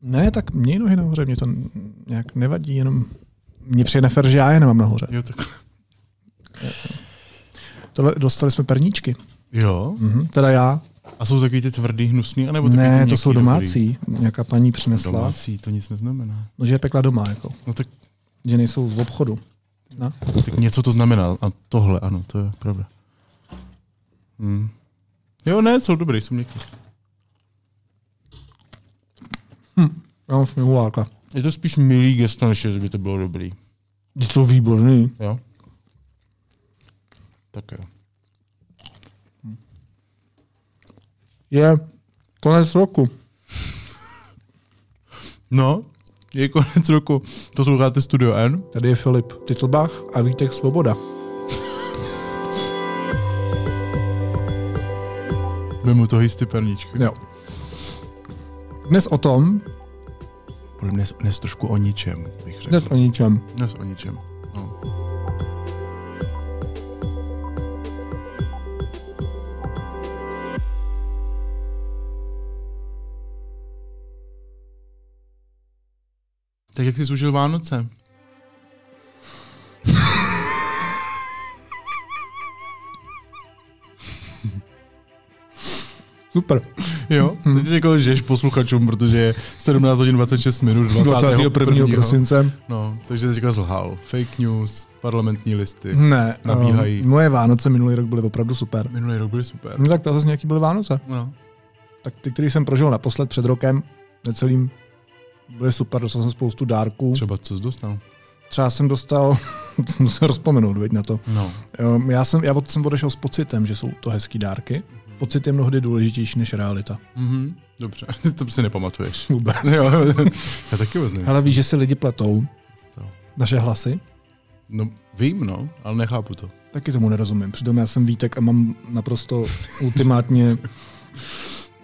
Ne, tak měj nohy nahoře, mě to nějak nevadí, jenom mě přijde nefér, že já je nemám nahoře. Jo, tak. Tohle, dostali jsme perníčky. jo. Mhm, teda já. A jsou takový ty tvrdý, hnusný, anebo takový ty Ne, to měkký, jsou dobrý? domácí. Nějaká paní přinesla. Domácí, to nic neznamená. No, že je pekla doma, jako. No tak, Že nejsou v obchodu. No. tak něco to znamená. A tohle, ano, to je pravda. Hmm. Jo, ne, jsou dobrý, jsou měkký. Já mám sněhuláka. Je to spíš milý gesto, než že by to bylo dobrý. Ty jsou výborný. Jo? Tak jo. Je konec roku. No, je konec roku. To posloucháte Studio N. Tady je Filip Titlbach a Vítek Svoboda. Vemu to jistý perníčky. Jo. Dnes o tom, Budeme dnes, dnes trošku o ničem, bych řekl. dnes o ničem. Dnes o ničem. No. Tak jak jsi služil Vánoce? Super. Jo, hmm. teď jako žeš posluchačům, protože je 17 hodin 26 minut 21. 21. prosince. No, takže jsi říkal zlhal. Fake news, parlamentní listy. Ne, Nabíhají. um, moje Vánoce minulý rok byly opravdu super. Minulý rok byly super. No tak to zase nějaký byly Vánoce. No. Tak ty, který jsem prožil naposled před rokem, necelým, byly super, dostal jsem spoustu dárků. Třeba co jsi dostal? Třeba jsem dostal, musím se rozpomenout, veď na to. No. Um, já jsem, já od jsem odešel s pocitem, že jsou to hezký dárky. Pocit je mnohdy důležitější než realita. Mhm. Dobře, ty to si nepamatuješ. Vůbec. jo, já taky vůbec nevím. Ale víš, že si lidi pletou To. naše hlasy? No, vím, no, ale nechápu to. Taky tomu nerozumím. Přitom já jsem Vítek a mám naprosto ultimátně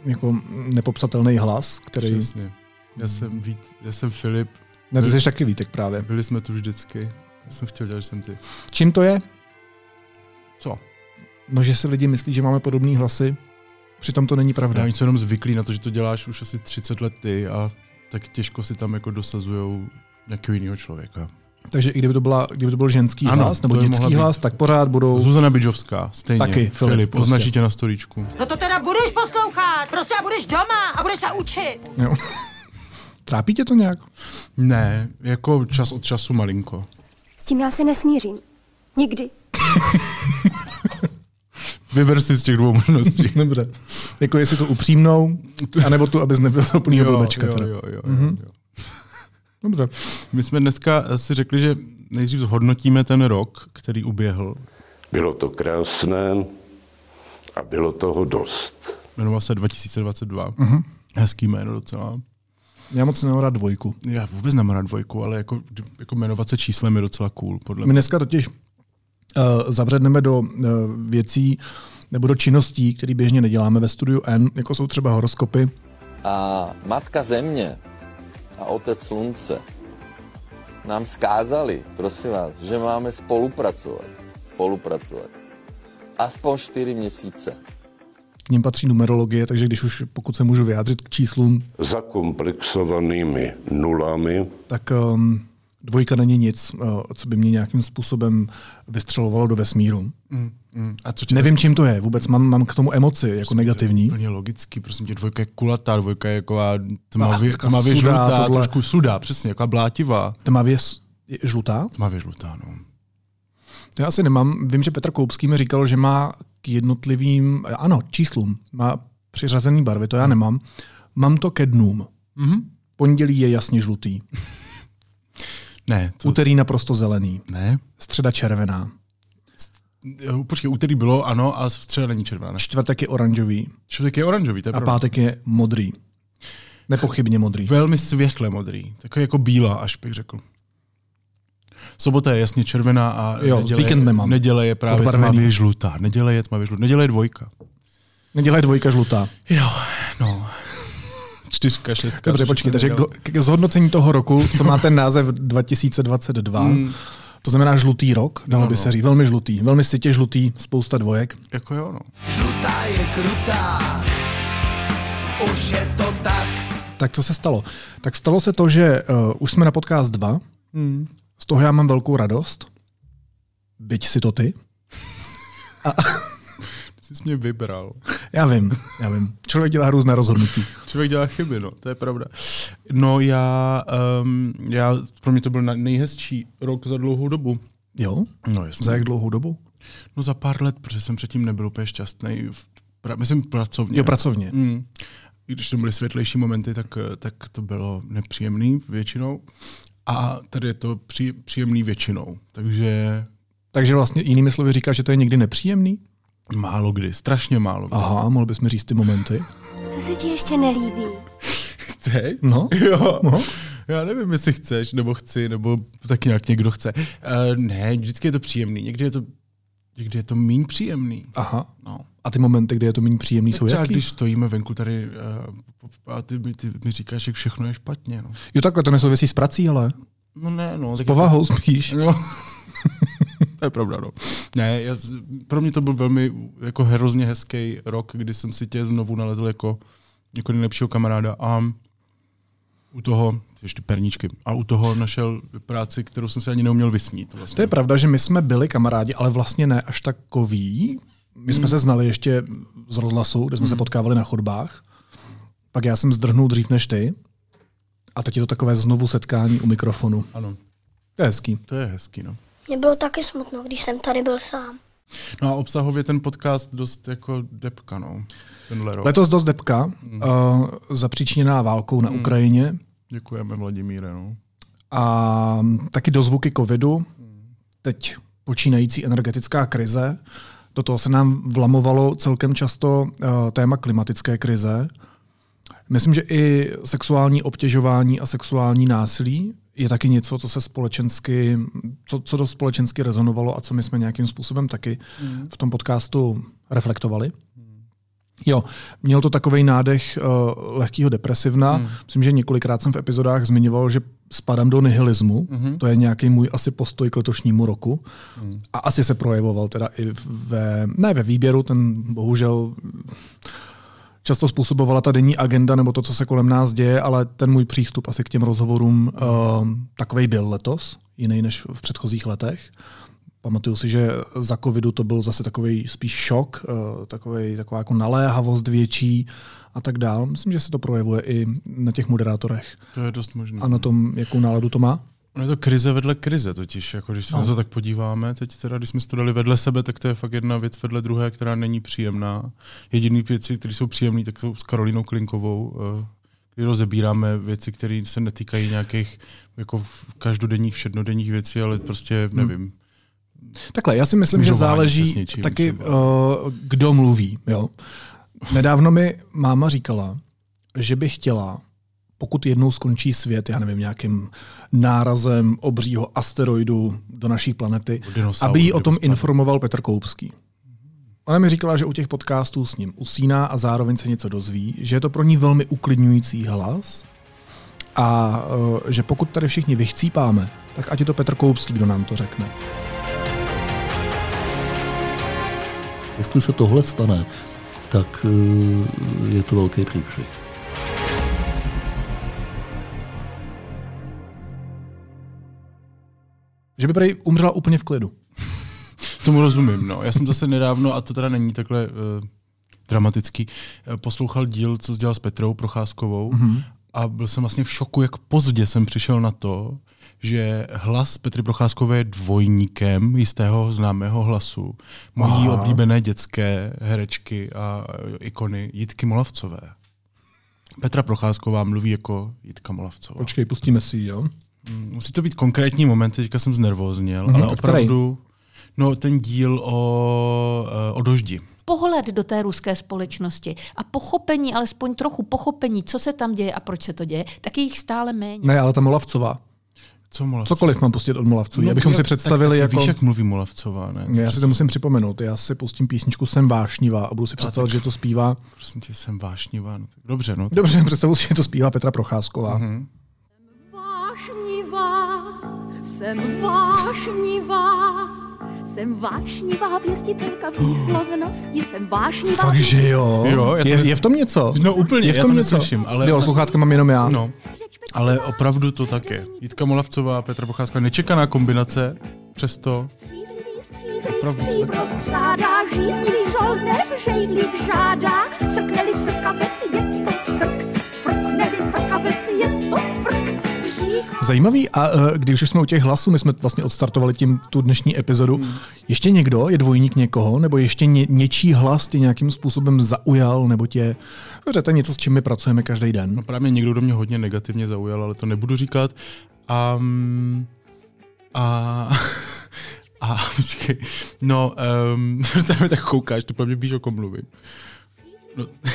jako nepopsatelný hlas, který... Přesně. Já jsem, Vít, já jsem Filip, Ne, ty jsi taky Vítek právě. byli jsme tu vždycky. Já jsem chtěl dělat, že jsem ty. Čím to je? Co? No, že si lidi myslí, že máme podobné hlasy, přitom to není pravda. Já oni jsou jenom zvyklí na to, že to děláš už asi 30 let ty a tak těžko si tam jako dosazujou nějakého jiného člověka. Takže i kdyby to, byla, kdyby to byl ženský Ano, hlas nebo to by mohla dětský být. hlas, tak pořád budou... Zuzana Bidžovská, stejně. Taky, Filip, Filip prostě. označí tě na storičku. No to teda budeš poslouchat, prostě a budeš doma a budeš se učit. Jo. Trápí tě to nějak? Ne, jako čas od času malinko. S tím já se nesmířím. Nikdy. Vyber si z těch dvou možností. Dobře. Jako jestli to upřímnou, anebo tu, abys nebyl úplný blbečka. jo, teda. Mhm. jo, jo, jo, jo. Dobře. My jsme dneska eh, si řekli, že nejdřív zhodnotíme ten rok, který uběhl. Bylo to krásné a bylo toho dost. Jmenoval se 2022. Mhm. Mm-hmm. Hezký jméno docela. Já moc nemám rád dvojku. Já vůbec nemám rád dvojku, ale jako, jako jmenovat se číslem je docela cool, podle My mě. dneska totiž uh, zavředneme do uh, věcí nebo do činností, které běžně neděláme ve studiu N, jako jsou třeba horoskopy. A matka země a otec slunce nám skázali, prosím vás, že máme spolupracovat. Spolupracovat. Aspoň čtyři měsíce. K ním patří numerologie, takže když už, pokud se můžu vyjádřit k číslům, Zakomplexovanými nulami tak um, dvojka není nic, uh, co by mě nějakým způsobem vystřelovalo do vesmíru. Mhm. A co tě Nevím, čím to je. Vůbec mám, mám k tomu emoci, jako negativní. Úplně logický, prosím tě, dvojka je kulatá, dvojka je jako tmavě, Ah, Taková tmavě sudá, žlutá, tohle. trošku sudá, přesně, jako blátivá. Tmavě s- je žlutá? Tmavě žlutá, no. To já asi nemám. Vím, že Petr Koupský mi říkal, že má k jednotlivým, ano, číslům, má přiřazený barvy, to já nemám. Mám to ke dnům. Mhm. Pondělí je jasně žlutý, Ne, to, úterý naprosto zelený, ne. středa červená, Jo, Počkej, úterý bylo, ano, a středa není červená. ne? čtvrtek je oranžový Čtvrtek je oranžový, to je a pravda. pátek je modrý. Nepochybně modrý. velmi světle modrý, takový jako bílá, až bych řekl. Sobota je jasně červená a Jo, neděle, víkend nemám. neděle je právě Odbarvený. tmavě žlutá. Neděle je tmavě žlutá. Neděle je dvojka. Nedělej dvojka žlutá. Jo, no. Čtyřka, šestka. Dobře, to počkej, všechno takže neděle. k- k zhodnocení toho roku, co má ten název 2022, Hmm. to znamená žlutý rok, dalo by se říct, velmi žlutý, velmi sitě žlutý, spousta dvojek. Jako jo, no. Žlutá je krutá, už je to tak. Tak co se stalo? Tak stalo se to, že uh, už jsme na podcast 2. Hmm. Z toho já mám velkou radost. Byť si to ty. Jsi jsi mě vybral. Já vím, já vím. Člověk dělá různé rozhodnutí. Člověk dělá chyby, no, to je pravda. No já, um, já pro mě to byl na- nejhezčí rok za dlouhou dobu. Jo? No Za jak dlouhou dobu? No za pár let, protože jsem předtím nebyl úplně šťastný. v Pra, myslím pracovně. Jo, pracovně. Mm. I když to byly světlejší momenty, tak, eh, tak to bylo nepříjemný většinou. A tady je to při, příjemný většinou. Takže Takže vlastně jinými slovy říká, že to je někdy nepříjemný? málo kdy, strašně málo kdy. Aha, mohl bys mi říct ty momenty? Co se ti ještě nelíbí? Chceš? No. Jo. No. Mm. Já nevím, jestli chceš, nebo chci, nebo tak nějak někdo chce. Uh, ne, vždycky je to příjemný. Někdy je to, někdy je to míň příjemný. Aha. No. A ty momenty, kde je to méně příjemný, Tak jsou třeba jaký? když stojíme venku tady uh, a ty, mi- ty mi říkáš, že všechno je špatně. No, Jo, takhle to nesouvisí s prací, ale no ne, no. s tak- povahou spíš. No. to je pravda, no. Ne, já, pro mě to byl velmi jako hrozně hezký rok, kdy jsem si tě znovu nalezl jako, jako nejlepšího kamaráda a u toho, ještě perníčky, a u toho našel práci, kterou jsem si ani neuměl vysnít. Vlastně. To je pravda, že my jsme byli kamarádi, ale vlastně ne až takový. My jsme se znali ještě z rozhlasu, kde jsme se potkávali na chodbách. Pak já jsem zdrhnul dřív než ty. A teď je to takové znovu setkání u mikrofonu. Ano, To je hezký. to je hezký, no. Mě bylo taky smutno, když jsem tady byl sám. No a obsahově ten podcast dost jako depka, no. Tenhle rok. Letos dost depka, uh, zapříčiněná válkou na Ukrajině Děkujeme, Vladimíre, no. a taky dozvuky covidu, teď počínající energetická krize. Do toho se nám vlamovalo celkem často eh, téma klimatické krize. Myslím, že i sexuální obtěžování a sexuální násilí je taky něco, co se společensky, co, co do společensky rezonovalo a co my jsme nějakým způsobem taky v tom podcastu reflektovali. Jo, měl to takový nádech uh, lehkého depresivna. Hmm. Myslím, že několikrát jsem v epizodách zmiňoval, že spadám do nihilismu. Hmm. To je nějaký můj asi postoj k letošnímu roku. Hmm. A asi se projevoval teda i ve, ne ve výběru, ten bohužel často způsobovala ta denní agenda nebo to, co se kolem nás děje, ale ten můj přístup asi k těm rozhovorům uh, takovej byl letos, jiný než v předchozích letech. Pamatuju si, že za covidu to byl zase takový spíš šok, eh, takovej, taková jako naléhavost větší a tak dál. Myslím, že se to projevuje i na těch moderátorech To je dost možné. a na tom, jakou náladu to má. No je to krize vedle krize totiž, jako když se no. na to tak podíváme, teď teda, když jsme si to dali vedle sebe, tak to je fakt jedna věc vedle druhé, která není příjemná. Jediný věci, které jsou příjemné, tak jsou s Karolínou Klinkovou, eh, kdy rozebíráme věci, které se netýkají nějakých jako v- každodenních, všednodenních věcí, ale prostě nevím. Takhle, já si myslím, že Směřování se záleží s něčím taky, třeba. uh, kdo mluví. Jo? Nedávno mi máma říkala, že by chtěla, pokud jednou skončí svět, já nevím, nějakým nárazem obřího asteroidu do naší planety, Dinosaur, aby jí o kdyby tom spadl. informoval Petr Koupský. Ona mi říkala, že u těch podcastů s ním usíná a zároveň se něco dozví, že je to pro ní velmi uklidňující hlas a eh, že pokud tady všichni vychcípáme, tak ať je to Petr Koupský, kdo nám to řekne. Jestli se tohle stane, tak eh, je to velký průšvih. Že by prej umřela úplně v klidu. Tomu rozumím, no. Já jsem zase nedávno, a to teda není takhle eh, dramatický, eh, poslouchal díl, co jsi dělal s Petrou Procházkovou mm-hmm. a byl jsem vlastně v šoku, jak pozdě jsem přišel na to, že hlas Petry Procházkové je dvojníkem jistého známého hlasu. Mojí Aha. oblíbené dětské herečky a eh, ikony Jitky Molavcové. Petra Procházková mluví jako Jitka Molavcová. Počkej, pustíme si ji, jo? Musí to být konkrétní moment, teďka jsem znervózněl, mm-hmm, Mhm, ale tak který? opravdu... No, ten díl o, eh, o doždi. pohled do té ruské společnosti a pochopení, alespoň trochu pochopení, co se tam děje a proč se to děje, tak je jich stále méně. Ne, ale ta Molavcová. Co Molavcová? Cokoliv mám pustit od Molavců. No, abychom jak- si představili tak, tak, taky jako... Víš, jak mluví Molavcová, ne? Já si to musím připomenout. Já si pustím písničku Jsem vášnivá a budu si představit, že to zpívá... Prosím tě, jsem vášnivá. No, tak dobře, no. tak- Dobře, představu si, že to zpívá Petra Procházková. Mhm. Mm-hmm. Vášnivá, jsem vášnivá, Jsem vášnivá pěstitelka výslovnosti, jsem vášnivá... Fakt, že jo? Jo, já to je, ne- je, v tom něco? No úplně, je v já tom to něco. neslyším, ale- Jo, sluchátka mám jenom já. No, ale opravdu to tak je. Jitka Molavcová, Petra Procházka, nečekaná kombinace, přesto Střízlivý, střízlivý, Opravdu. stříbrost zádá, žíznivý žolnéř, žejlík žádá, srkneli srkavec, je to srk, frkneli frkavec, je to frk, říká... Zajímavý, a eh, když už jsme u těch hlasů, my jsme vlastně odstartovali tím tu dnešní epizodu. Ještě někdo je dvojník někoho, nebo ještě ně, něčí hlas tě nějakým způsobem zaujal, nebo tě, že to je něco, s čím my pracujeme každý den. No právě někdo do mě hodně negativně zaujal, ale to nebudu říkat. A, mm, a, a počkej, no, um, tam mi tak koukáš, to pro mě víš, o kom mluvím. No.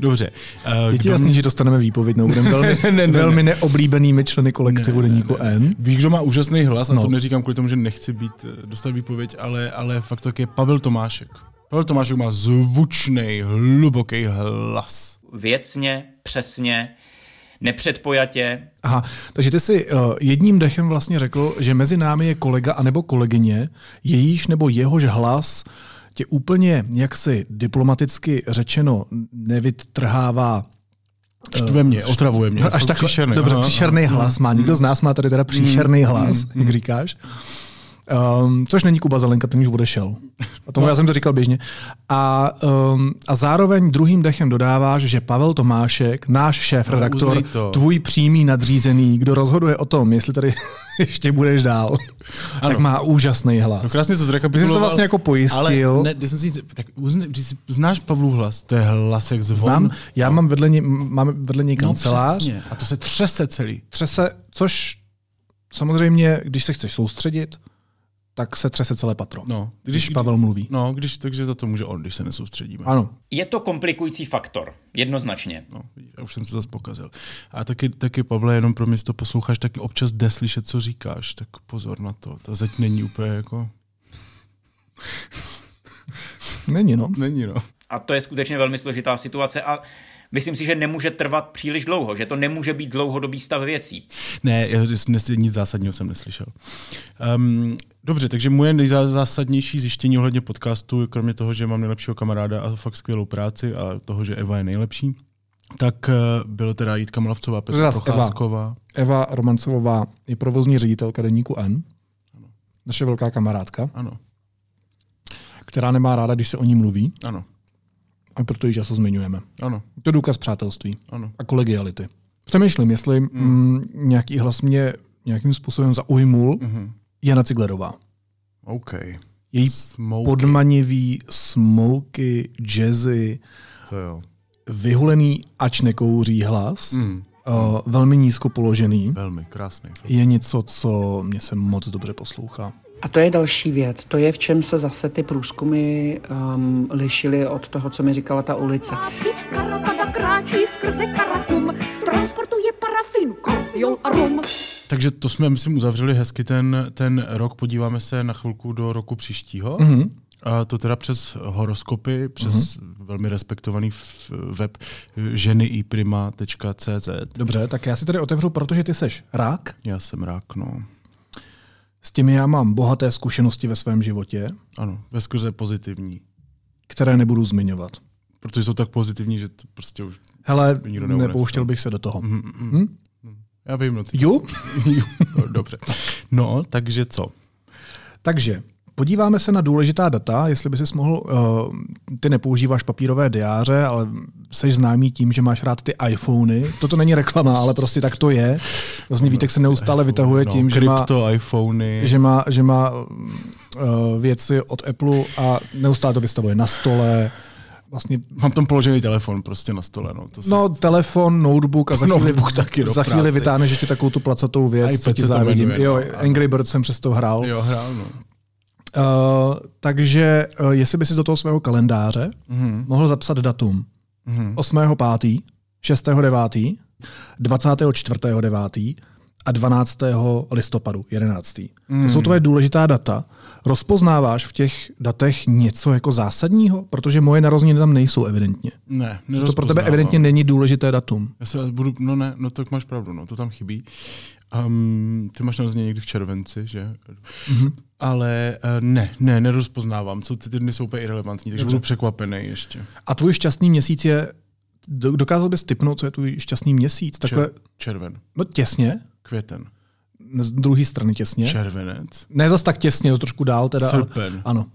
Dobře. eh, Je ti kdo jasný, že dostaneme výpověď, no, budeme velmi, Ne, ne, ne, velmi neoblíbenými členy kolektivu ne, Deníku N. Víš, kdo má úžasný hlas, no. a No. to neříkám kvůli tomu, že nechci být, eh, dostat výpověď, ale, ale fakt tak je Pavel Tomášek. Pavel Tomášek má zvučný, hluboký hlas. Věcně, přesně, nepředpojatě. Aha, takže ty si uh, jedním dechem vlastně řekl, že mezi námi je kolega anebo kolegyně, jejíž nebo jehož hlas tě úplně jaksi diplomaticky řečeno nevytrhává Eh, Štve mě, otravuje mě. až Fakt tak příšerný, Dobře, aha, Mhm. příšerný hlas má. Nikdo z nás má tady teda příšerný hlas, jak říkáš. Um, což není Kuba Zelenka, ten už odešel. A No. tomu já jsem to říkal běžně. A, um, a zároveň druhým dechem dodáváš, že Pavel Tomášek, náš šéf redaktor, No, uznej to. tvůj přímý nadřízený, kdo rozhoduje o tom, jestli tady ještě budeš dál, ano. tak má úžasný hlas. No krásně to Ty zrekapituloval. jsi to vlastně jako pojistil. Ale ne, ty jsem si, tak uzne, když si znáš Pavlův hlas, to je hlas jak zvon. Mám, já mám vedle něj, máme vedle něj no, kancelář. přesně. A to se třese celý. třese, což samozřejmě, když se chceš soustředit, tak se třese celé patro. No, No, když, když Pavel mluví. No, když, takže za to může on, když se nesoustředíme. Ano. Je to komplikující faktor, jednoznačně. No, vidíš, já už jsem se zase pokazil. A taky, taky Pavle, jenom pro mě, to posloucháš, taky občas jde slyšet, co říkáš, tak pozor na to. Ta zeď není úplně jako... Není, no. Není, no. A to je skutečně velmi složitá situace a myslím si, že nemůže trvat příliš dlouho, že to nemůže být dlouhodobý stav věcí. Ne, já dnes nic zásadního jsem neslyšel. Um, dobře, takže moje nejzásadnější zjištění ohledně podcastu, kromě toho, že mám nejlepšího kamaráda a fakt skvělou práci a toho, že Eva je nejlepší, tak eh, byl teda Jitka Mlavcová, Petra Zas Eva. Procházková. Eva Romancová je provozní ředitelka deníku N. Naše velká kamarádka, Ano, která nemá ráda, když se o ní mluví, ano, a proto ji často zmiňujeme. ano, Je To je důkaz přátelství ano. a kolegiality. Přemýšlím, jestli mm, nějaký hlas mě nějakým způsobem zaujmul Mhm. Jana Ciglerová. OK. Její Smoky, podmanivý, smoky, jazzy, to jo. vyhulený, ač nekouří hlas, mm. Mm, uh, velmi nízko položený, velmi krásný. fakt. je něco, co mě se moc dobře poslouchá. A to je další věc. To je, v čem se zase ty průzkumy um, lišily od toho, co mi říkala ta ulice. Lásky, karapada kráčí skrze karatum, transportuje parafin, korfiol a rum. Takže to jsme, myslím, uzavřeli hezky ten, ten rok. Podíváme se na chvilku do roku příštího. Mm-hmm. A to teda přes horoskopy, přes Mhm. velmi respektovaný f- web ženyiprima.cz. Dobře, tak já si tady otevřu, protože ty seš rák. Já jsem rák, no. S těmi já mám bohaté zkušenosti ve svém životě, Ano, ve skrze pozitivní. které nebudu zmiňovat. Protože jsou tak pozitivní, že to prostě už... Hele, Nikdo neunese. nepouštěl bych se do toho. Hm? Mhm. Já vím, no. Ty... Jo? No, Dobře. No, takže co? Takže podíváme se na důležitá data, jestli by si mohl, uh, ty nepoužíváš papírové diáře, ale jsi známý tím, že máš rád ty iPhony. Toto není reklama, ale prostě tak to je. Vlastně Vítek se neustále vytahuje no, tím, že má, krypto, má... iPhony. že má, že má uh, věci od Apple a neustále to vystavuje na stole. Vlastně Mám tam položený telefon prostě na stole, no. To se- No, telefon, notebook a za chvíli, Notebook taky do za chvíli práce. vytáhneš ještě takovou tu placatou věc, iPad co ti se to závidím. jmenuje, Jo, no, ano. Angry Birds jsem přesto hrál. Jo, hrál, no. Uh, takže uh, jestli by si do toho svého kalendáře Mhm. mm-hmm. mohl zapsat datum mm-hmm. 8.5., 6.9., 24.9. a 12. listopadu 11. Mm. To jsou tvoje důležitá data. Rozpoznáváš v těch datech něco jako zásadního? Protože moje narozeniny tam nejsou evidentně. Ne, Že to pro tebe nerozpoznávám. evidentně není důležité datum. Já se budu, no ne, no tak máš pravdu, no to tam chybí. Um, ty máš narozeně někdy v červenci, že? Mhm. Ale uh, ne, ne, nerozpoznávám, co ty, ty dny jsou úplně irrelevantní, takže Dobře. budu překvapený ještě. A tvůj šťastný měsíc je... do- Dokázal bys typnout, co je tvůj šťastný měsíc? Takhle, červen. no těsně, Květen. z druhé strany těsně. Červenec. Ne zas tak těsně, to trošku dál teda. ale- Srpen. Ano.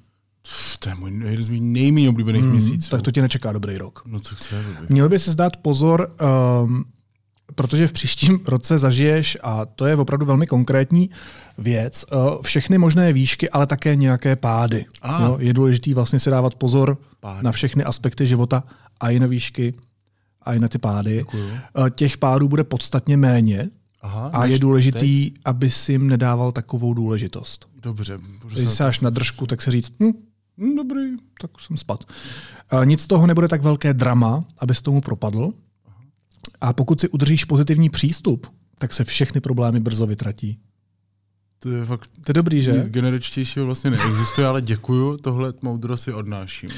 Pff, to je můj jeden z mých nejméně oblíbených Mm, mm, měsíců. Tak to tě nečeká dobrý rok. No co chci já blbě. Měl by se zdát pozor, um, protože v příštím roce zažiješ, a to je opravdu velmi konkrétní věc, uh, všechny možné výšky, ale také nějaké pády. A. Jo, je důležité vlastně si dávat pozor Pády. na všechny aspekty života a i na výšky, a i na ty pády. Děkuju. Eh, Těch pádů bude podstatně méně Aha, a než je důležitý, aby si jim nedával takovou důležitost. Dobře. budu Když se na to- až na držku, tak se říct, hm, Hm, Dobrý. tak jsem spad. Eh, Nic z toho nebude tak velké drama, abys tomu propadl. A pokud si udržíš pozitivní přístup, tak se všechny problémy brzo vytratí. To je fakt To je dobrý, že? nic generičtějšího vlastně neexistuje, ale děkuju, tohle moudro si odnáším.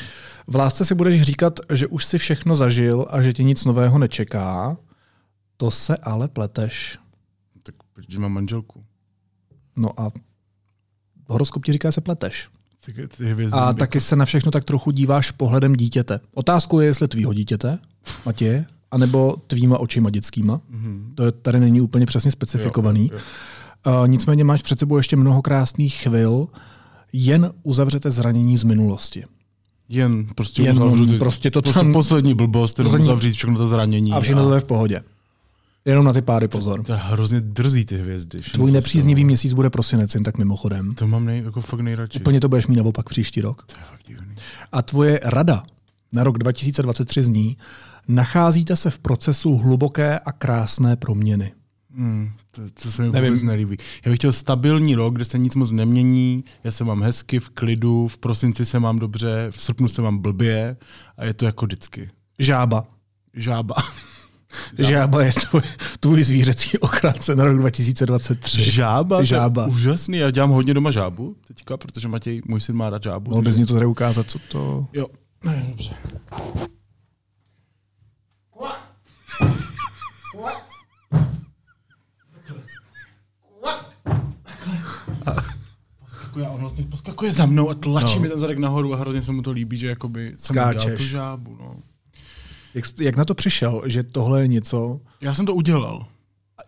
V lásce si budeš říkat, že už si všechno zažil a že tě nic nového nečeká. To se ale pleteš. Tak protože mám manželku. No a horoskop ti říká, že se pleteš. Tak je- ty hvězdy A by- taky se na všechno tak trochu díváš pohledem dítěte. Otázkou je, jestli tvýho dítěte, Matěje, anebo tvýma očima dětskýma. Mhm. To je, tady není úplně přesně specifikovaný. Jo, jo, Uh, nicméně máš před sebou ještě mnoho krásných chvil, jen uzavřete zranění z minulosti. Jen prostě Jen jen uzavřu ty, prostě to prostě tam- poslední blbost, jenom Poslední- uzavřít všechno to zranění. A všechno to je v pohodě. Jenom na ty páry pozor. To je hrozně drzí ty hvězdy. všechno, Tvůj co nepříznivý se- měsíc bude prosinec, jen tak mimochodem. To mám nej, jako fakt nejradši. Úplně to budeš mít naopak příští rok. To je fakt divný. A tvoje rada na rok 2023 zní, nacházíte se v procesu hluboké a krásné proměny. Hmm, to, to se mi Nevím. Nevím. vůbec nelíbí. Já bych chtěl stabilní rok, kde se nic moc nemění, já se mám hezky, v klidu, v prosinci se mám dobře, v srpnu se mám blbě a je to jako vždycky. Žába. Žába. Žába je tvůj, tvůj zvířecí ochránce na rok 2023. Žába? Žába. To je úžasný. Já dělám hodně doma žábu teďka, protože Matěj, můj syn má rád žábu. Mohl bys takže- mi to tady ukázat, co to... Jo. No, Ne, Dobře. Poskakuje, a on vlastně poskakuje za mnou a tlačí No. no. mi ten zadek nahoru a hrozně se mu to líbí, že jakoby jsem mu Skáčeš. dělal tu žábu. No. Jak, jste- jak na to přišel, že tohle je něco... Já jsem to udělal.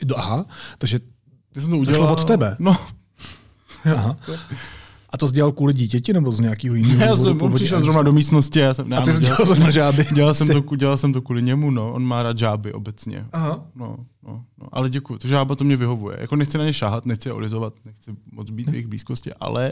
Do- Aha, takže... Já jsem to udělal. šlo od tebe? No, Aha. A to jsi dělal kvůli dítěti nebo z nějakého jiného já jsem, on přišel zrovna do místnosti a já jsem... ne, A ty ano, jsi dělal zrovna žáby. dělal, jsem to, dělal jsem to kvůli němu, no. On má rád žáby obecně. Aha. No, no, no, ale děkuji. To žába to mě vyhovuje. Jako nechci na ně šáhat, nechci je olizovat, nechci moc být v jejich blízkosti, ale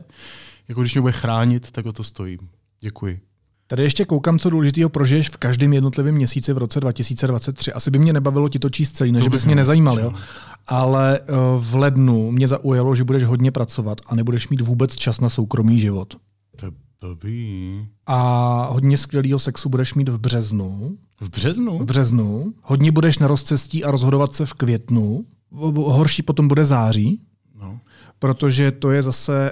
jako když mě bude chránit, tak o to stojím. Děkuji. Tady ještě koukám, co důležitého prožiješ v každém jednotlivém měsíci v roce 2023. Asi by mě nebavilo ti to číst celý, než To bys bych mě nezajímal, jo. nevěděl. Ale eh, v lednu mě zaujalo, že budeš hodně pracovat a nebudeš mít vůbec čas na soukromý život. To je blbý. A hodně skvělého sexu budeš mít v březnu. V březnu? V březnu. Hodně budeš na rozcestí a rozhodovat se v květnu. V- v- Horší potom bude září, No. protože to je zase...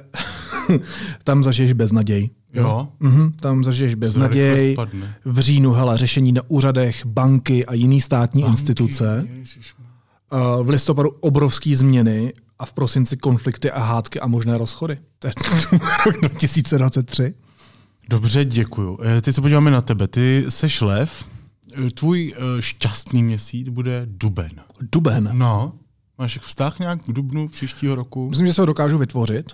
tam zažiješ beznaděj. Jo. Mhm, tam zažiješ beznaděj. rychle spadne. V říjnu, hele, řešení na úřadech, banky a jiný státní banky. instituce. Ježišmarja. Eh, V listopadu obrovské změny a v prosinci konflikty a hádky a možné rozchody. To je rok 2023. Dobře, děkuju. Eh, Teď se podíváme na tebe. Ty seš lev. Eh, Tvůj eh, šťastný měsíc bude duben. Duben. No. Máš vztah nějak k dubnu příštího roku? Myslím, že se ho dokážu vytvořit,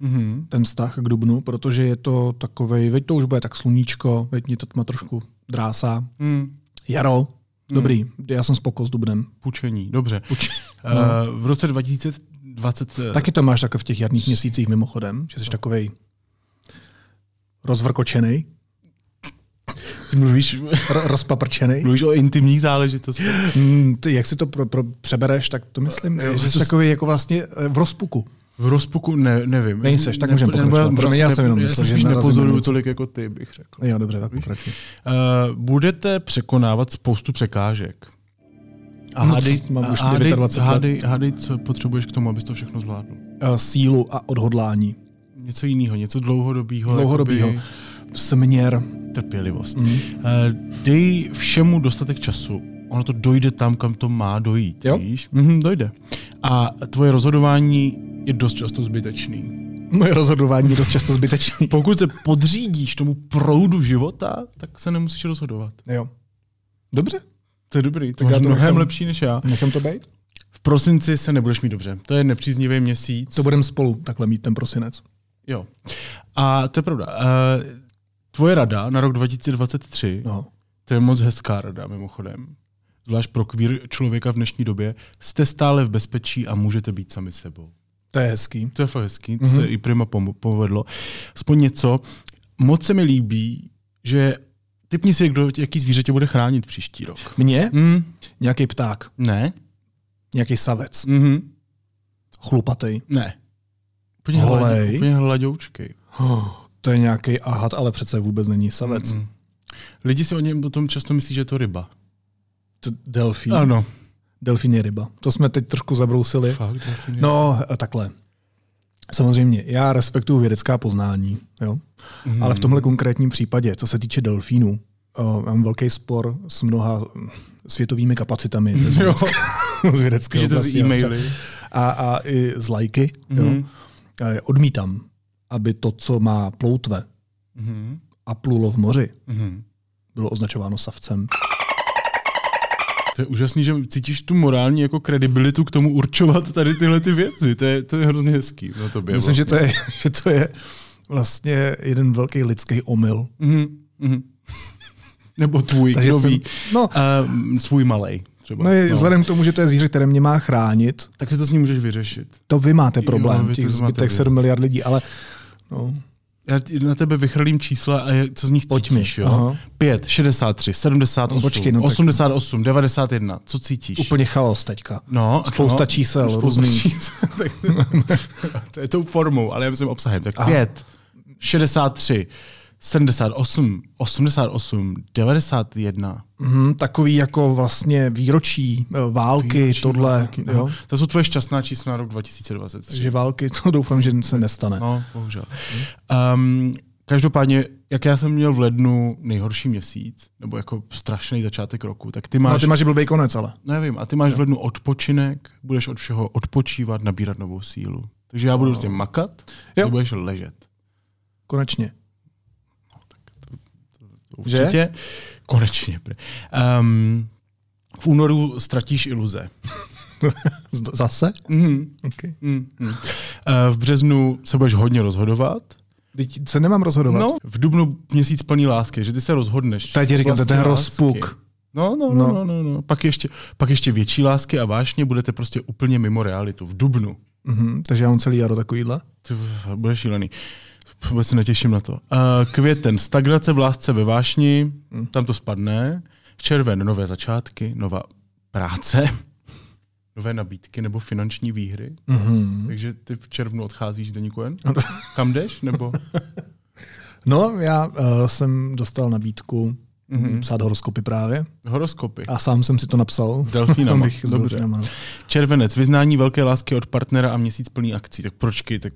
Mhm. ten vztah k Dubnu, protože je to takovej, veď to už bude tak sluníčko, veď mě to tma trošku drásá. Hmm. Jaro, dobrý, já jsem spoko s Dubnem. Pučení, dobře. Puč- Eh, No. v roce 2020... eh, Taky to máš takhle v těch jarních měsících mimochodem, že jsi takovej rozvrkočený, Ty mluvíš, ro- rozpaprčený. mluvíš o intimních záležitostech. Mm, Ty, jak si to pro, pro, přebereš, tak to myslím, Jo, že jsi to s- takový jako vlastně eh, v rozpuku. V rozpuku ne, nevím. Nejseš, tak Ne- můžeme nebo pokračovat. já Promiň, já jsem jenom ne- myslel, já se že spíš narazím na nepozoruju něco. tolik jako ty, bych řekl. Eh, Jo, dobře, tak pokračuj. Uh, budete překonávat spoustu překážek. A hádej, no, mám už hádej, hádej, hádej, co potřebuješ k tomu, abys to všechno zvládl? Uh, sílu a odhodlání. Něco jiného, něco dlouhodobého. Dlouhodobého. Jakoby... Směr. Hmm. Trpělivost. Mm. Uh, dej všemu dostatek času. Ono to dojde tam, kam to má dojít. Jo? Víš? Mhm, dojde. A tvoje rozhodování je dost často zbytečný moje rozhodování je dost často zbytečné. Pokud se podřídíš tomu proudu života, tak se nemusíš rozhodovat. Jo. Dobře. To je dobrý, tak já to mnohem nechám, lepší než já. Nechám to být. V prosinci se nebudeš mít dobře. To je nepříznivý měsíc. To budeme spolu takhle mít ten prosinec. Jo. A to je pravda. Eh, Tvoje rada na rok 2023, no. to je moc hezká rada mimochodem, zvlášť pro kvír člověka v dnešní době, jste stále v bezpečí a můžete být sami sebou. To je hezký. To je fakt hezký, to mm-hmm. Mhm. se i Prima pom- povedlo. Aspoň něco. Moc se mi líbí, že typni si, kdo, jaký zvíře tě bude chránit příští rok. Mě? Mm. Nějaký pták. Ne. Nějaký savec. Mm-hmm. Chlupatej. Ne. Úplně, hladě, úplně hladoučkej. Oh, to je nějaký ahat, ale přece vůbec není savec. Mm-mm. Lidi si o něm potom často myslí, že je to ryba. To delfín. Ano. Delfín je ryba. To jsme teď trošku zabrousili. Fakt, no, takhle. Samozřejmě, já respektuju vědecká poznání, jo? Mm. ale v tomhle konkrétním případě, co se týče delfínů, uh, mám velký spor s mnoha světovými kapacitami jo. z vědecké Píšete oblasti. e-maily. Mm-hmm, A, a i z lajky. Mm. Jo? Odmítám, aby to, co má ploutve mm-hmm, mm. a plulo v moři, mm. bylo označováno savcem. To je úžasný, že cítíš tu morální jako kredibilitu k tomu určovat tady tyhle ty věci. To je, to je hrozně hezký na tobě. Myslím, vlastně. že, to je, že to je vlastně jeden velký lidský omyl. Mm-hmm. mm-hmm. Nebo tvůj, Takže kdo jsem, ví. No, uh, svůj malej. Třeba. No, je, no. Vzhledem k tomu, že to je zvíře, které mě má chránit. Tak si to s ním můžeš vyřešit. To vy máte problém, jo, vy těch zbytek 7 miliard lidí, ale... No. Já na tebe vychrlím čísla a co z nich Pojď cítíš, mi. jo? Aha. 5, 63, 78, no, počkej, no, 88, 91, co cítíš? Úplně chaos teďka. No, spousta no, čísel spousta různých. Čísel, tak, to je tou formou, ale já myslím obsahem. Tak Aha. 5, 63, 78, 88, 91. Mm, takový jako vlastně výročí, války, výročí, tohle. Války, jo. No. To jsou tvoje šťastná čísla na rok 2023. Že války, to doufám, že se nestane. No, bohužel. Mhm. Um, každopádně, jak já jsem měl v lednu nejhorší měsíc, nebo jako strašný začátek roku, tak ty máš... No ty máš blbý konec, ale. Nevím, a ty máš no. v lednu odpočinek, budeš od všeho odpočívat, nabírat novou sílu. Takže já budu no. s tím makat, jo. ty budeš ležet. Konečně. Určitě. Že? Konečně. Um, v únoru ztratíš iluze. Zase? Mhm, Mm. Okay. Mm. Uh, v březnu se budeš hodně rozhodovat. Teď se nemám rozhodovat. No, v dubnu měsíc plný lásky, že ty se rozhodneš. Tady ti říkám, to je Vlastně ten rozpuk. No, no, no, no, no, no. Pak, ještě, pak ještě větší lásky a vášně budete prostě úplně mimo realitu. V dubnu. Mm-hmm, takže já mám celý jaro takovýhle? Ty budeš šílený. Vůbec se netěším na to. Uh, květen, stagnace v lásce ve vášni, hmm. tam to spadne. Červen, nové začátky, nová práce, nové nabídky nebo finanční výhry. Mm-hmm. Takže ty v červnu odcházíš z Deníku N? Kam jdeš? Nebo? No, já uh, jsem dostal nabídku Mhm. mm-hmm. psát horoskopy právě. Horoskopy. A sám jsem si to napsal. S delfínama. Bych, Dobře. S delfínama. Červenec, vyznání velké lásky od partnera a měsíc plný akcí. Tak pročky, tak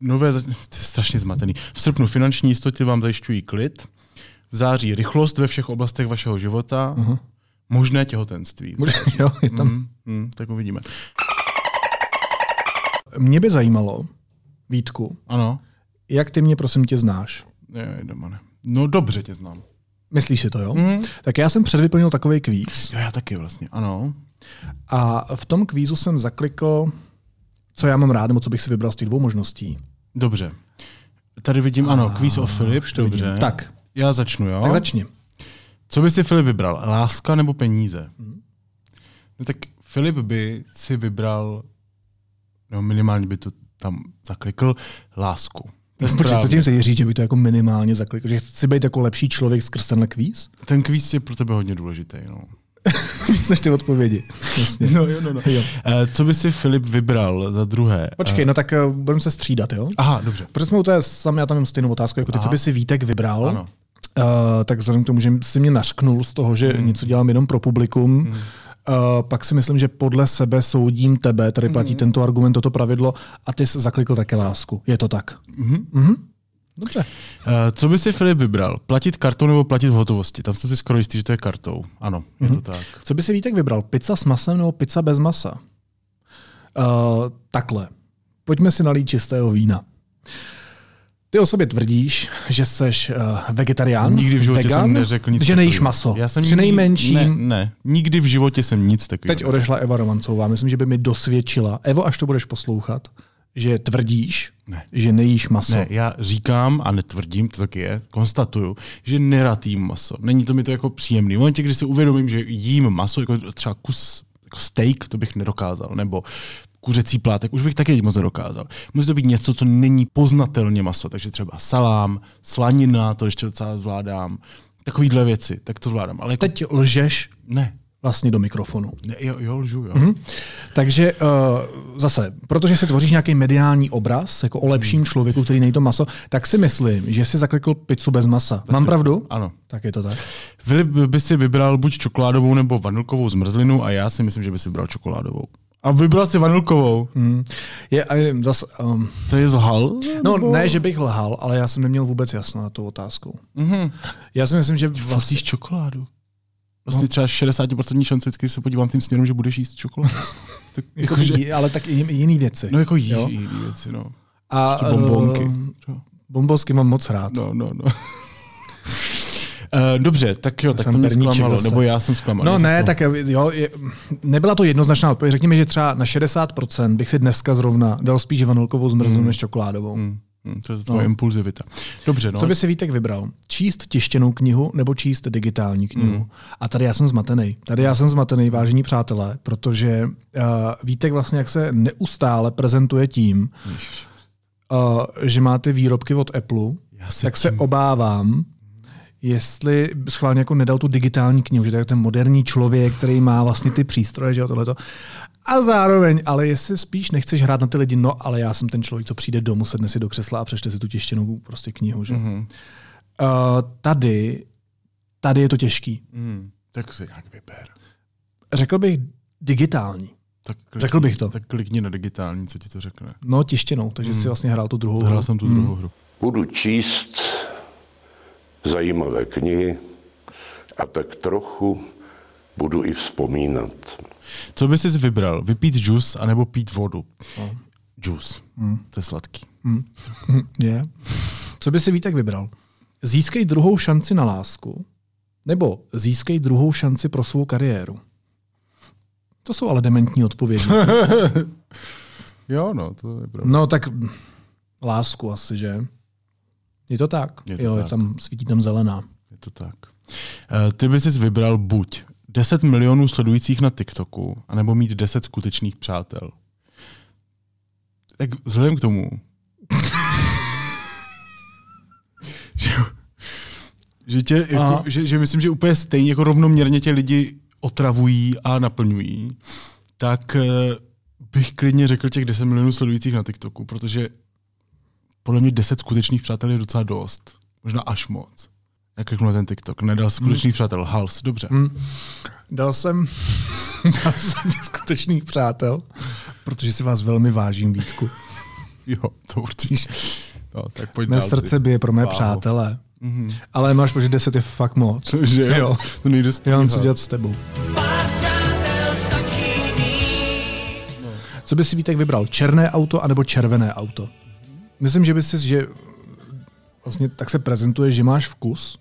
nové, to je strašně zmatený. V srpnu finanční jistoty vám zajišťují klid, v září rychlost ve všech oblastech vašeho života, uh-huh. možné těhotenství. Možná, jo, je Mhm. tam. Mm, mm, tak uvidíme. Mm. Mě by zajímalo, Vítku, ano. jak ty mě prosím tě znáš? Je, ne. No dobře tě znám. Myslíš si to, jo? Mm. Tak já jsem předvyplnil takový kvíz. Jo, já taky vlastně, ano. A v tom kvízu jsem zaklikl, co já mám rád, nebo co bych si vybral z těch dvou možností. Dobře. Tady vidím, Ah, a, ano, Quiz o Filip, dobře. No. Vidím. Tak. Já začnu, jo? Tak začni. Co by si Filip vybral? Láska nebo peníze? Mhm. Hmm. No tak Filip by si vybral, no minimálně by to tam zaklikl, lásku. Proč, No, co tím se říct, že by to jako minimálně zaklikl? Že chci být jako lepší člověk skrz tenhle kvíz? Ten kvíz je pro tebe hodně důležitý, no. Víc než ty odpovědi. Jasně. No, jo, no, no. Jo. Uh, co by si Filip vybral za druhé? Eh, Počkej, no tak uh, budeme se střídat, jo? Aha, dobře. Protože jsme u té samé, já tam mám stejnou otázku, jako ty, Aha. co by si Vítek vybral? eh, Ano. Uh, tak vzhledem k tomu, že si mě našknul z toho, že hmm. něco dělám jenom pro publikum, hmm. Uh, pak si myslím, že podle sebe soudím tebe, tady platí mm-hmm. tento argument, toto pravidlo, a ty jsi zaklikl také lásku. Je to tak? Mhm. Mm-hmm. Mm-hmm. Dobře. Uh, co by si Filip vybral? Platit kartou nebo platit v hotovosti? Tam jsem si skoro jistý, že to je kartou. Ano, je Mhm. mm-hmm. to tak. Co by si Vítek vybral? Pizza s masem nebo pizza bez masa? Uh, takhle. Pojďme si nalít čistého vína. Ty o sobě tvrdíš, že seš uh, vegetarián, Nikdy v životě vegan, jsem neřekl nic že nejíš takového. maso. Já jsem Při nikdy- nejmenším Ne, ne, nikdy v životě jsem nic takového. Teď odešla Eva Romancová, myslím, že by mi dosvědčila. Evo, až to budeš poslouchat, že tvrdíš, ne. že nejíš maso. Ne, já říkám a netvrdím, to tak je, konstatuju, že nerad jím maso. Není to mi to jako příjemný. V momentě, kdy si uvědomím, že jím maso, jako třeba kus jako steak, to bych nedokázal, nebo kuřecí plátek, už bych taky moc nedokázal. Musí to být něco, co není poznatelně maso, takže třeba salám, slanina, to ještě docela zvládám, takovýhle věci, tak to zvládám. Ale jako... Teď lžeš ne. vlastně do mikrofonu. Ne, jo, jo, lžu, jo. Mhm. Takže uh, zase, protože si tvoříš nějaký mediální obraz jako o Hmm. lepším člověku, který nejí to maso, tak si myslím, že si zaklikl pizzu bez masa. Mám pravdu? Ano. Tak je to tak. Filip by si vybral buď čokoládovou nebo vanilkovou zmrzlinu a já si myslím, že by si vybral čokoládovou. A vybral si vanilkovou. Hmm. Je, a je, zas, um, to je zhal? No ne, že bych lhal, ale já jsem neměl vůbec jasno na tu otázku. Mhm. Mm-hmm. Já si myslím, že Vlastně vlastně... jíš čokoládu. No. Vlastně třeba 60% šance, vždycky se podívám tím směrem, že budeš jíst čokoládu. tak, Jako, jakože- jí, ale tak i jin- jiný věci. no jako jí, Jo? jí věci, no. A Ještě bombonky. eh, bombonsky mám moc rád. No, no, no. Eh, Dobře, tak jo, tak jsem to mě perníček zklamalo, zase. nebo já jsem zklamal. No já jsem ne, zklamal. tak jo, je, nebyla to jednoznačná odpověď. Řekněme, že třeba na 60% bych si dneska zrovna dal spíš vanilkovou zmrzlinu než čokoládovou. Hm, To je tvoje No. impulzivita. Dobře, no. Co by si Vítek vybral? Číst tištěnou knihu nebo číst digitální knihu? Mm. A tady já jsem zmatený. Tady já jsem zmatený, vážení přátelé, protože uh, Vítek vlastně jak se neustále prezentuje tím, Ježiš. uh, že má ty výrobky od Apple, Já se tak se tím- obávám, jestli schválně jako nedal tu digitální knihu, že to je ten moderní člověk, který má vlastně ty přístroje, že jo, tohleto. A zároveň, ale jestli spíš nechceš hrát na ty lidi, no ale já jsem ten člověk, co přijde domů, sedne si do křesla a přečte si tu tištěnou prostě knihu, že? Mhm. Mm-hmm. Uh, Eh, tady, tady je to těžký. Hm, Tak si nějak vyber. Řekl bych digitální. Tak klikni, Řekl bych to. Tak klikni na digitální, co ti to řekne. No, tištěnou, takže mm. si vlastně hrál tu druhou Hrál hru. jsem tu druhou hru. Budu číst zajímavé knihy a tak trochu budu i vzpomínat. Co by jsi vybral? Vypít džus anebo pít vodu? No. Džus. Mhm. To je sladký. Je. Co by si Vítek vybral? Získej druhou šanci na lásku nebo získej druhou šanci pro svou kariéru? To jsou ale dementní odpovědi. Jo, no, to je pravda. No tak mm, lásku asi, že? Je to tak? Je to jo, tak. je tam svítí tam zelená. Je to tak. Eh, Ty by jsi vybral buď 10 milionů sledujících na TikToku, anebo mít 10 skutečných přátel. Tak vzhledem k tomu, že, že, tě, Aha. jako, že, že myslím, že úplně stejně jako rovnoměrně tě lidi otravují a naplňují, tak eh, bych klidně řekl těch 10 milionů sledujících na TikToku, protože podle mě 10 skutečných přátel je docela dost. Možná až moc. Jak řeknu ten TikTok, nedal skutečný hmm. přátel, hals, dobře. Hmm. Dal jsem, dal jsem skutečných přátel, protože si vás velmi vážím, Vítku. Jo, to určitě. No, tak pojď Mé dál, ty. srdce bije pro mé Váhu. Mhm. přátelé. Ale máš, protože 10 je fakt moc. Že jo, Jo. to nejde Já mám co stíhat. dělat s tebou. Co by si Vítek vybral? Černé auto anebo červené auto? Myslím, že by si, že vlastně tak se prezentuje, že máš vkus,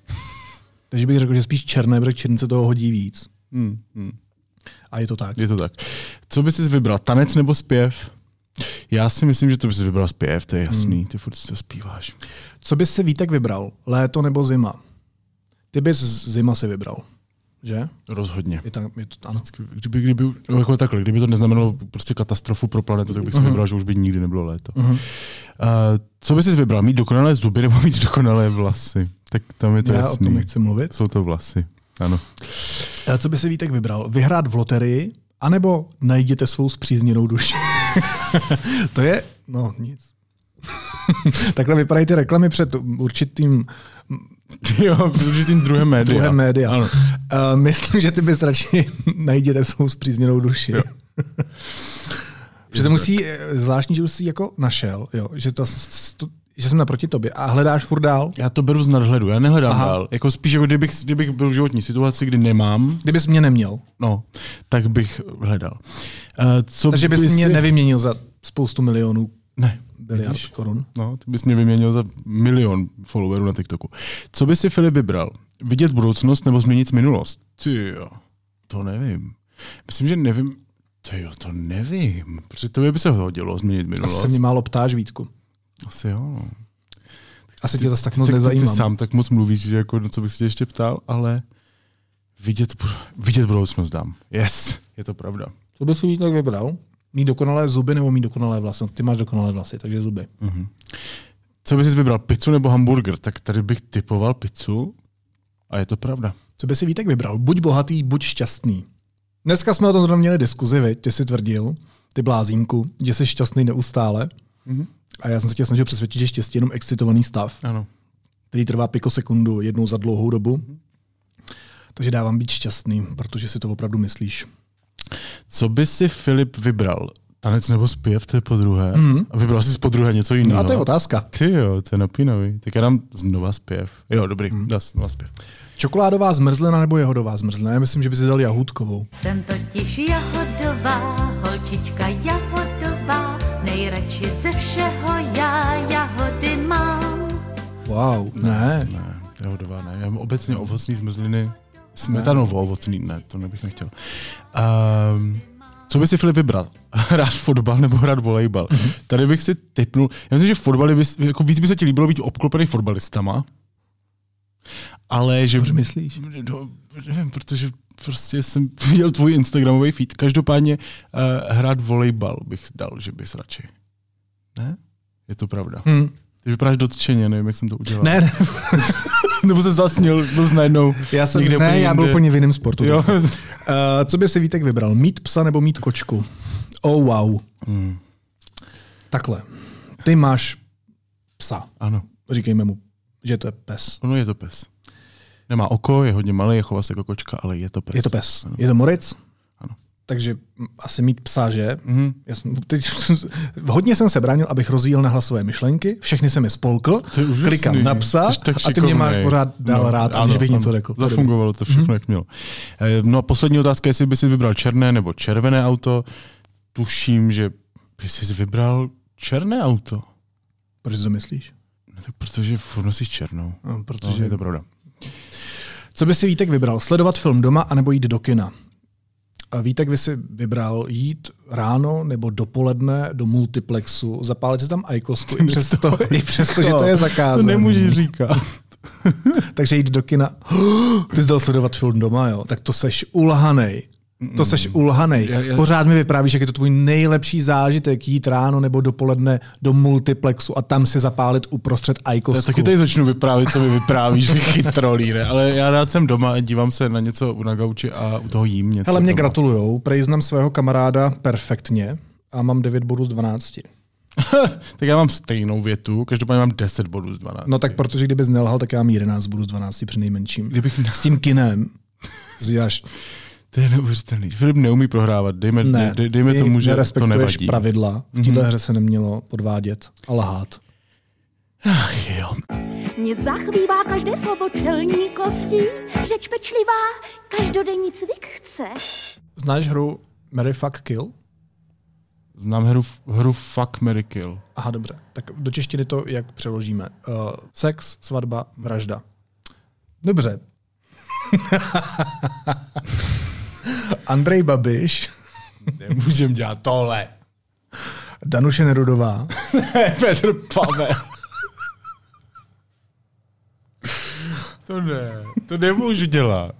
takže bych řekl, že spíš černé, protože černý se toho hodí víc. Hmm, hmm. A je to tak. Je to tak. Co bys jsi vybral, tanec nebo zpěv? Já si myslím, že to bys vybral zpěv, to je jasný, Hmm. ty furt si to zpíváš. Co bys si Vítek vybral? Léto nebo zima? Ty bys zima si vybral, že? Rozhodně. Je tam, je to, ano. Kdyby, kdyby, no, jako takhle, kdyby to neznamenalo prostě katastrofu pro planetu, tak bych Mhm. si vybral, že už by nikdy nebylo léto. Uh, co bys jsi vybral, mít dokonalé zuby nebo mít dokonalé vlasy? Tak tam je to Já o jasný. tom nechci mluvit. Jsou to vlasy, ano. A Eh, co by si Vítek vybral? Vyhrát v loterii, anebo najděte svou zpřízněnou duši? to je, no nic. Takhle vypadají ty reklamy před určitým jo, protože tím druhé média. Druhé média. Ano. Uh, myslím, že ty bys radši najděte svou zpřízněnou duši. Jo. Přitom musí, zvláštní, že už jsi jako našel, jo, že, to, to, že jsem naproti tobě a hledáš furt dál. Já to beru z nadhledu, já nehledám Aha. dál. Jako spíš, jako kdybych, kdybych byl v životní situaci, kdy nemám. Kdybys mě neměl. No, tak bych hledal. Eh, Uh, co Takže bys, bys mě si... nevyměnil za spoustu milionů ne, biliard vidíš? korun. No, ty bys mě vyměnil za milion followerů na TikToku. Co by si Filip vybral? Vidět budoucnost nebo změnit minulost? Ty jo, to nevím. Myslím, že nevím. Ty jo, to nevím. Protože to by se hodilo změnit minulost. Asi se mě málo ptáš, Vítku. Asi jo, no. Asi tě zase tak moc nezajímám. Ty sám tak moc mluvíš, že jako, no, co bych si tě ještě ptal, ale vidět, vidět budoucnost dám. Yes, je to pravda. Co bys si tak vybral? mít dokonalé zuby nebo mít dokonalé vlasy. Ty máš dokonalé vlasy, takže zuby. Mm-hmm. Co bys vybral, pizzu nebo hamburger? Tak tady bych typoval pizzu a je to pravda. Co by si Vítek vybral? Buď bohatý, buď šťastný. Dneska jsme o tom měli diskuzi, viď? ty jsi tvrdil, ty blázínku, že jsi šťastný neustále. Mm-hmm. A já jsem se tě snažil přesvědčit, že štěstí je jenom excitovaný stav, ano. který trvá pikosekundu jednou za dlouhou dobu. Mm-hmm. Takže dávám být šťastný, protože si to opravdu myslíš. Co by si Filip vybral? Tanec nebo zpěv, to je po druhé. Mm. A vybral jsi po druhé něco jiného. Mhm. No a to je otázka. Ty jo, to je napínavý. Tak já dám znova zpěv. Jo, dobrý, Mhm. mm. dá znova zpěv. Čokoládová zmrzlina nebo jahodová zmrzlina? Já myslím, že by si dal jahůdkovou. Jsem totiž jahodová, holčička jahodová, nejradši ze všeho já jahody mám. Wow, ne. Ne, ne jahodová ne. Já mám obecně Hmm. ovocní zmrzliny Smetanovo ovocný, ne, to nebych nechtěl. Um, co by si Filip vybral? Hrát fotbal nebo hrát volejbal? Mhm. Mm-hmm. Tady bych si typnul, já myslím, že fotbal by, jako víc by se ti líbilo být obklopený fotbalistama, ale že... Proč myslíš? No, nevím, protože prostě jsem viděl tvůj Instagramový feed. Každopádně uh, hrát volejbal bych dal, že bys radši. Ne? Je to pravda. Hm. Mm. Ty vypadáš dotčeně, nevím, jak jsem to udělal. Ne, ne. Nebo se zasnil, byl jsi najednou já jsem, někde Ne, já byl úplně v jiném sportu. Jo. uh, co by si Vítek vybral? Mít psa nebo mít kočku? Oh wow. Hmm. Takhle. Ty máš psa. Ano. Říkejme mu, že to je pes. No je to pes. Nemá oko, je hodně malý, je chová se jako kočka, ale je to pes. Je to pes. Ano. Je to moric? Ano. Takže asi mít psa, že? Mm-hmm. Já jsem, teď, hodně jsem se bránil, abych rozvíjel na hlasové myšlenky, všechny jsem je spolkl, klikám na psa a ty mě máš pořád dál no, rád, ano, aniž bych ano, něco řekl. Mhm. Zafungovalo to všechno, mm-hmm. jak mělo. No a poslední otázka, jestli by si vybral černé nebo červené auto. Tuším, že by si vybral černé auto. Proč to myslíš? No, tak protože furt nosíš černou. No, protože no, je to pravda. Co by si Vítek vybral? Sledovat film doma anebo jít do kina? A Vítek, vy si vybral jít ráno nebo dopoledne do multiplexu, zapálit si tam ajkosku, i přesto, i přesto že to je zakázané. jako- To nemůžeš říkat. Takže jít do kina. Ty jsi dal sledovat film doma, jo? Tak to seš ulhanej. To seš ulhanej. Pořád mi vyprávíš, jak je to tvůj nejlepší zážitek jít ráno nebo dopoledne do multiplexu a tam si zapálit uprostřed ajkosku. Já taky tady začnu vyprávět, co mi vyprávíš, chytrolí, ne? Ale já rád jsem doma a dívám se na něco na gauči a u toho jím něco. Ale mě doma. gratulujou, prejznám svého kamaráda perfektně a mám 9 bodů z 12. tak já mám stejnou větu, každopádně mám 10 bodů z 12. No tak protože kdybys nelhal, tak já mám 11 bodů z 12 při nejmenším. Kdybych... S tím kinem. Zvíjáš, to je neuvěřitelný. Filip neumí prohrávat. Dejme, ne, dej, dejme tomu, že to nevadí. Mhm. pravidla. V této mm-hmm. hře se nemělo podvádět a lhát. Ach jo. Mě zachvívá každé slovo čelní kosti, řeč pečlivá, každodenní cvik chce. Znáš hru Mary Fuck Kill? Znám hru, hru Fuck Mary Kill. Aha, dobře. Tak do češtiny to jak přeložíme? Uh, sex, svatba, vražda. Dobře. Andrej Babiš. Nemůžem dělat tohle. Danuše Nerudová. ne, Petr Pavel. to ne, to nemůžu dělat.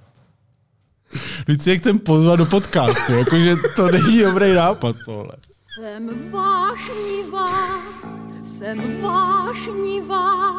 Víc jak jsem pozval do podcastu, jakože to není dobrý nápad tohle. Jsem vášnivá, jsem vášnivá,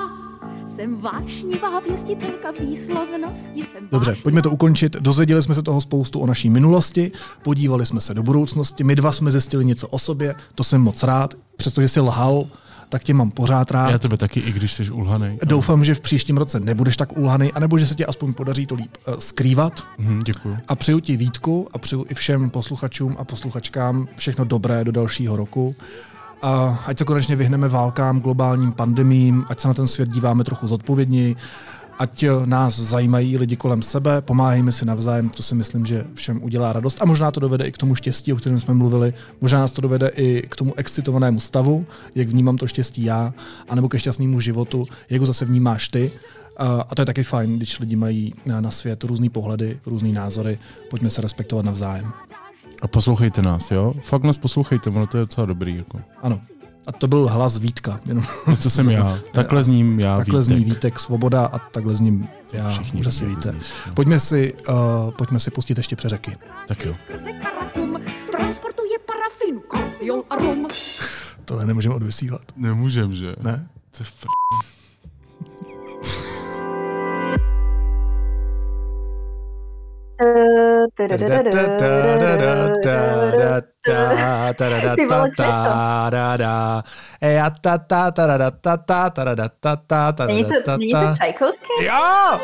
jsem vášnivá pěstitelka výslovnosti. Jsem Dobře, vášnivá. pojďme to ukončit. Dozvěděli jsme se toho spoustu o naší minulosti, podívali jsme se do budoucnosti, my dva jsme zjistili něco o sobě, to jsem moc rád, přestože si lhal tak tě mám pořád rád. Já tebe taky, i když jsi ulhanej. Doufám, že v příštím roce nebudeš tak ulhanej, anebo že se ti aspoň podaří to líp eh, skrývat. Mhm, děkuju. A přeju ti Vítku a přeju i všem posluchačům a posluchačkám všechno dobré do dalšího roku. A ať se konečně vyhneme válkám, globálním pandemím, ať se na ten svět díváme trochu zodpovědněji, ať eh, nás zajímají lidi kolem sebe, pomáhejme si navzájem, to si myslím, že všem udělá radost. A možná to dovede i k tomu štěstí, o kterém jsme mluvili, možná nás to dovede i k tomu excitovanému stavu, jak vnímám to štěstí já, anebo ke šťastnému životu, jak ho zase vnímáš ty. A a to je taky fajn, když lidi mají na na svět různý pohledy, různý názory. Pojďme se respektovat navzájem. A poslouchejte nás, jo? Fakt nás poslouchejte, ono to je docela dobrý. Jako. Ano. A to byl hlas Vítka. Jenom To jsem já. Takhle zním já Takhle zní Vítek. Vítek Svoboda a takhle zním já. Všichni už asi víte. no. Pojďme si, uh, pojďme si pustit ještě přeřeky. Tak jo. Karatum transportuje parafin, kofiol a rum. Tohle nemůžeme odvysílat. Nemůžem, že? Ne? To je v pr... Ty vole, co je to? E, Není to, není to Čajkovský? Jo!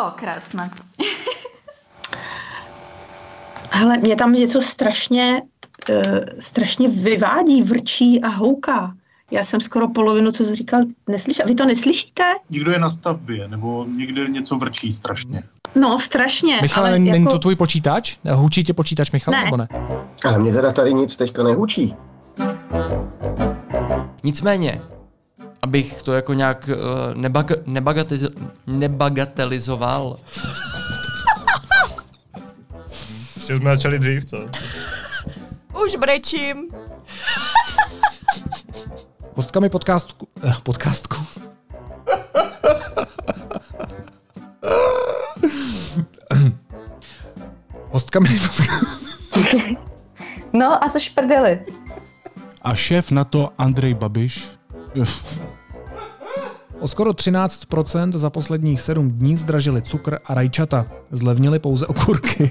O, krásná. Hele, mě tam něco strašně, uh, strašně vyvádí, vrčí a houká. Já jsem skoro polovinu, co jsi říkal, neslyšel. Vy to neslyšíte? Někdo je na stavbě, nebo někde něco vrčí strašně. No, strašně. Michale, ale není jako... to tvůj počítač? Hučí tě počítač, Michal, Ne. nebo ne? Ale mě teda tady nic teďka nehučí. Nicméně, abych to jako nějak eh, nebag, nebagatelizo, nebagatelizoval. Ještě jsme začali dřív, co? Už brečím. Hostkami podcastku. Eh, podcastku. Hostkami No a co šprdeli? A šéf na to Andrej Babiš. O skoro 13% za posledních 7 dní zdražili cukr a rajčata. Zlevnili pouze okurky.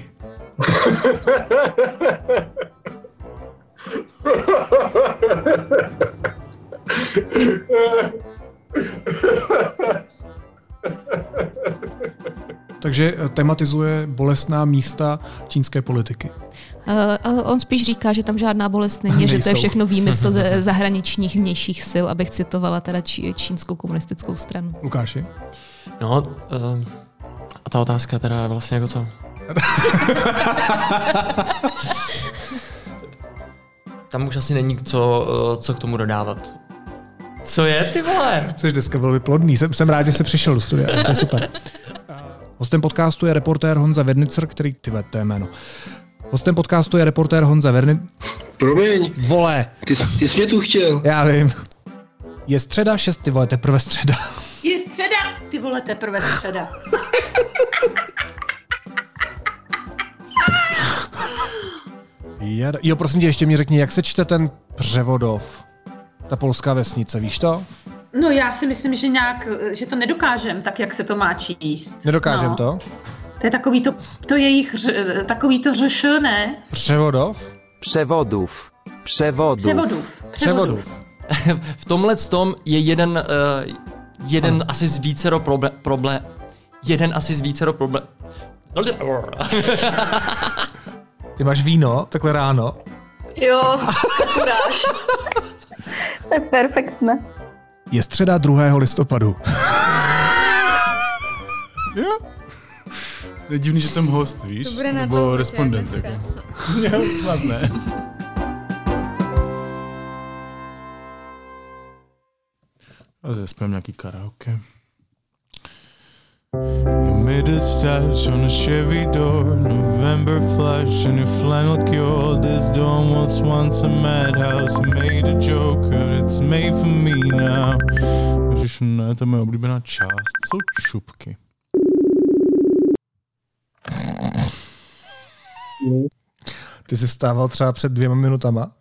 Takže eh, tematizuje bolestná místa čínské politiky. Uh, on spíš říká, že tam žádná bolest není, že to je Nejsou. všechno výmysl ze zahraničních vnějších sil, abych citovala teda čí, čínskou komunistickou stranu. Lukáši? No, uh, a ta otázka teda je vlastně jako co? Tam už asi není co, eh, co k tomu dodávat. Co je, ty vole? Jsi dneska velmi plodný. Jsem, jsem rád, že jsi přišel do studia. To je super. Eh, Hostem podcastu je reportér Honza Vernicer, který... Ty ve, to je jméno. Hostem podcastu je reportér Honza Vernicer. Promiň. Vole. Ty, ty jsi mě tu chtěl. Já vím. Je středa, šest, ty vole, teprve středa. Je středa, ty vole, teprve středa. Jada. Jo, prosím tě, ještě mi řekni, jak se čte ten Převodov? Ta polská vesnice, víš to? No já si myslím, že nějak, eh, že to nedokážem tak, jak se to má číst. Nedokážem No. no. to? To je takový to, to jejich, ř- takový to řešené Převodov? Převodův. Převodův. převodův. Převodův. v tomhle tom je jeden, uh, jeden asi z vícero proble, proble, jeden asi z vícero proble, Ty máš víno, takhle ráno. Jo, kuráž. To je perfektné. Je středa 2. listopadu. Jo. Je divný, že jsem host, víš? To bude na Nebo dlouho, že, respondent. dneska. Jako. Jo, snad ne. A zase zpěvám nějaký karaoke. You made a stash on a Chevy door, November flash and your flannel cure. This dorm was once a madhouse, you made a joke, but it's made for me now. Ježiš, ne, to je moje oblíbená část. Jsou čupky. Ty jsi vstával No, třeba před dvěma minutama.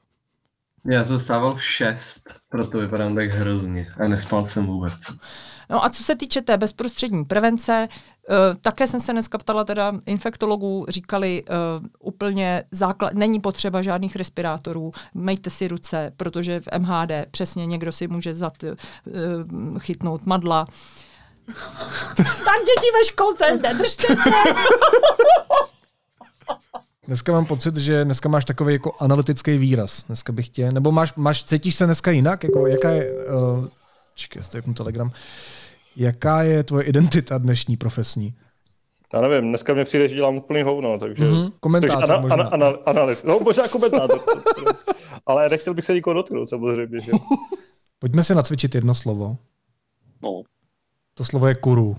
Já jsem stával v 6, proto vypadám tak hrozně a nespal jsem vůbec. No a co se týče té bezprostřední prevence, eh, také jsem se dneska ptala teda infektologů, říkali eh, úplně základ, není potřeba žádných respirátorů, mejte si ruce, protože v MHD přesně někdo si může zat, eh, chytnout madla. Tam děti ve školce, nedržte se! Dneska mám pocit, že dneska máš takový jako analytický výraz. Dneska bych tě, nebo máš, máš cítíš se dneska jinak? Jako, jaká je, uh, čekaj, já si telegram. Jaká je tvoje identita dnešní profesní? Já nevím, dneska mě přijde, že dělám úplný hovno, takže... Mhm, komentátor takže možná. Ana, ana, analyt, no možná komentátor. Ale nechtěl bych se nikoho dotknout, samozřejmě, že? Pojďme si nacvičit jedno slovo. No. To slovo je kuru.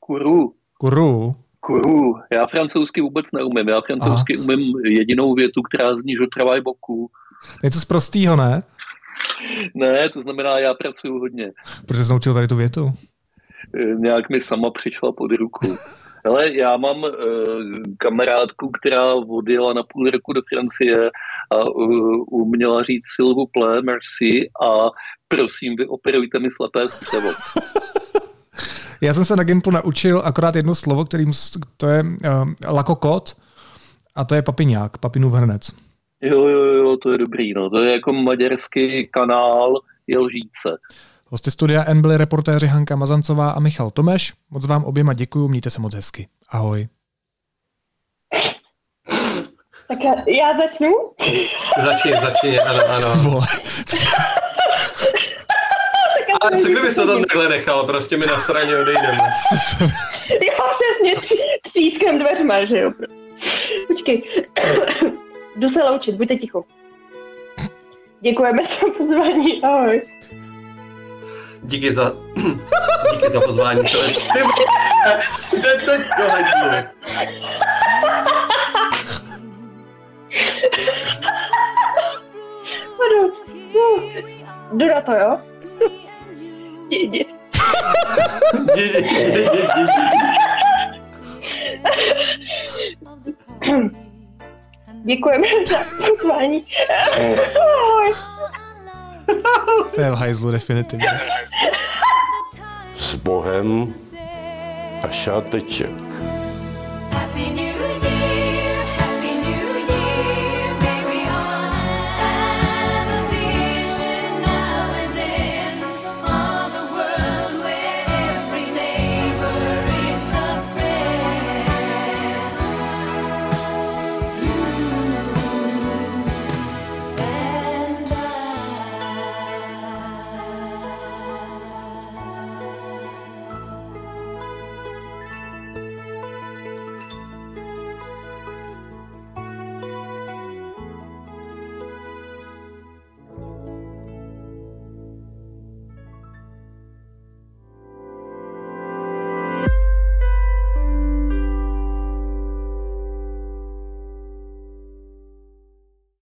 Kuru. Kuru? Kuru. Já francouzsky vůbec neumím. Já francouzsky Aha. umím jedinou větu, která zní, že travaj boku. Něco z prostýho, ne? Ne, to znamená, já pracuju hodně. Protože jsem učil tady tu větu. Eh, Nějak mi sama přišla pod ruku. Ale já mám uh, kamarádku, která odjela na půl roku do Francie a uh, uměla říct Silvu Ple, merci a prosím, vy operujte mi slepé střevo. Já jsem se na Gimplu naučil akorát jedno slovo, kterým s- to je uh, lakokot a to je papiňák, papinův hrnec. Jo, jo, jo, to je dobrý, no. To je jako maďarský kanál Jelžíce. Hosty studia N byli reportéři Hanka Mazancová a Michal Tomeš. Moc vám oběma děkuju, mějte se moc hezky. Ahoj. Tak já, já začnu? Začni, začni, ano, ano. Tak já Ale jsem co kdyby to tam vždycky- takhle nechal, prostě mi na straně odejdeme. Jo, přesně, tří- třískem dveřma, že jo. Počkej, jdu se loučit, buďte ticho. Děkujeme za pozvání, ahoj. Díky za, díky za pozvání. To je, ty vole, to je teď dohadíme. Pardon. No, Jdu na to, jo? Dě, dě. Dě, dě, dě, dě, dě, Děkujeme za pozvání. Ahoj. To je v hajzlu definitivně. S Bohem a šáteček.